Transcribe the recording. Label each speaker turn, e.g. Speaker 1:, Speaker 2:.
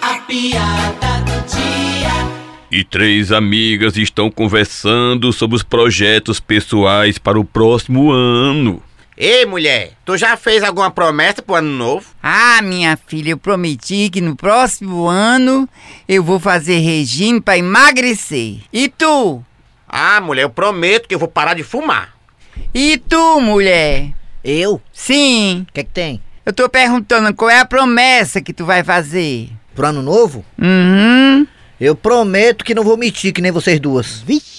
Speaker 1: A piada do dia.
Speaker 2: E três amigas estão conversando sobre os projetos pessoais para o próximo ano.
Speaker 3: Ei, mulher, tu já fez alguma promessa pro ano novo?
Speaker 4: Ah, minha filha, eu prometi que no próximo ano eu vou fazer regime pra emagrecer. E tu?
Speaker 3: Ah, mulher, eu prometo que eu vou parar de fumar.
Speaker 4: E tu, mulher?
Speaker 5: Eu? O
Speaker 4: Sim,
Speaker 5: que é que tem?
Speaker 4: eu tô perguntando qual é a promessa que tu vai fazer.
Speaker 5: Pro ano novo?
Speaker 4: Uhum.
Speaker 5: Eu prometo que não vou mentir que nem vocês duas. Vixe.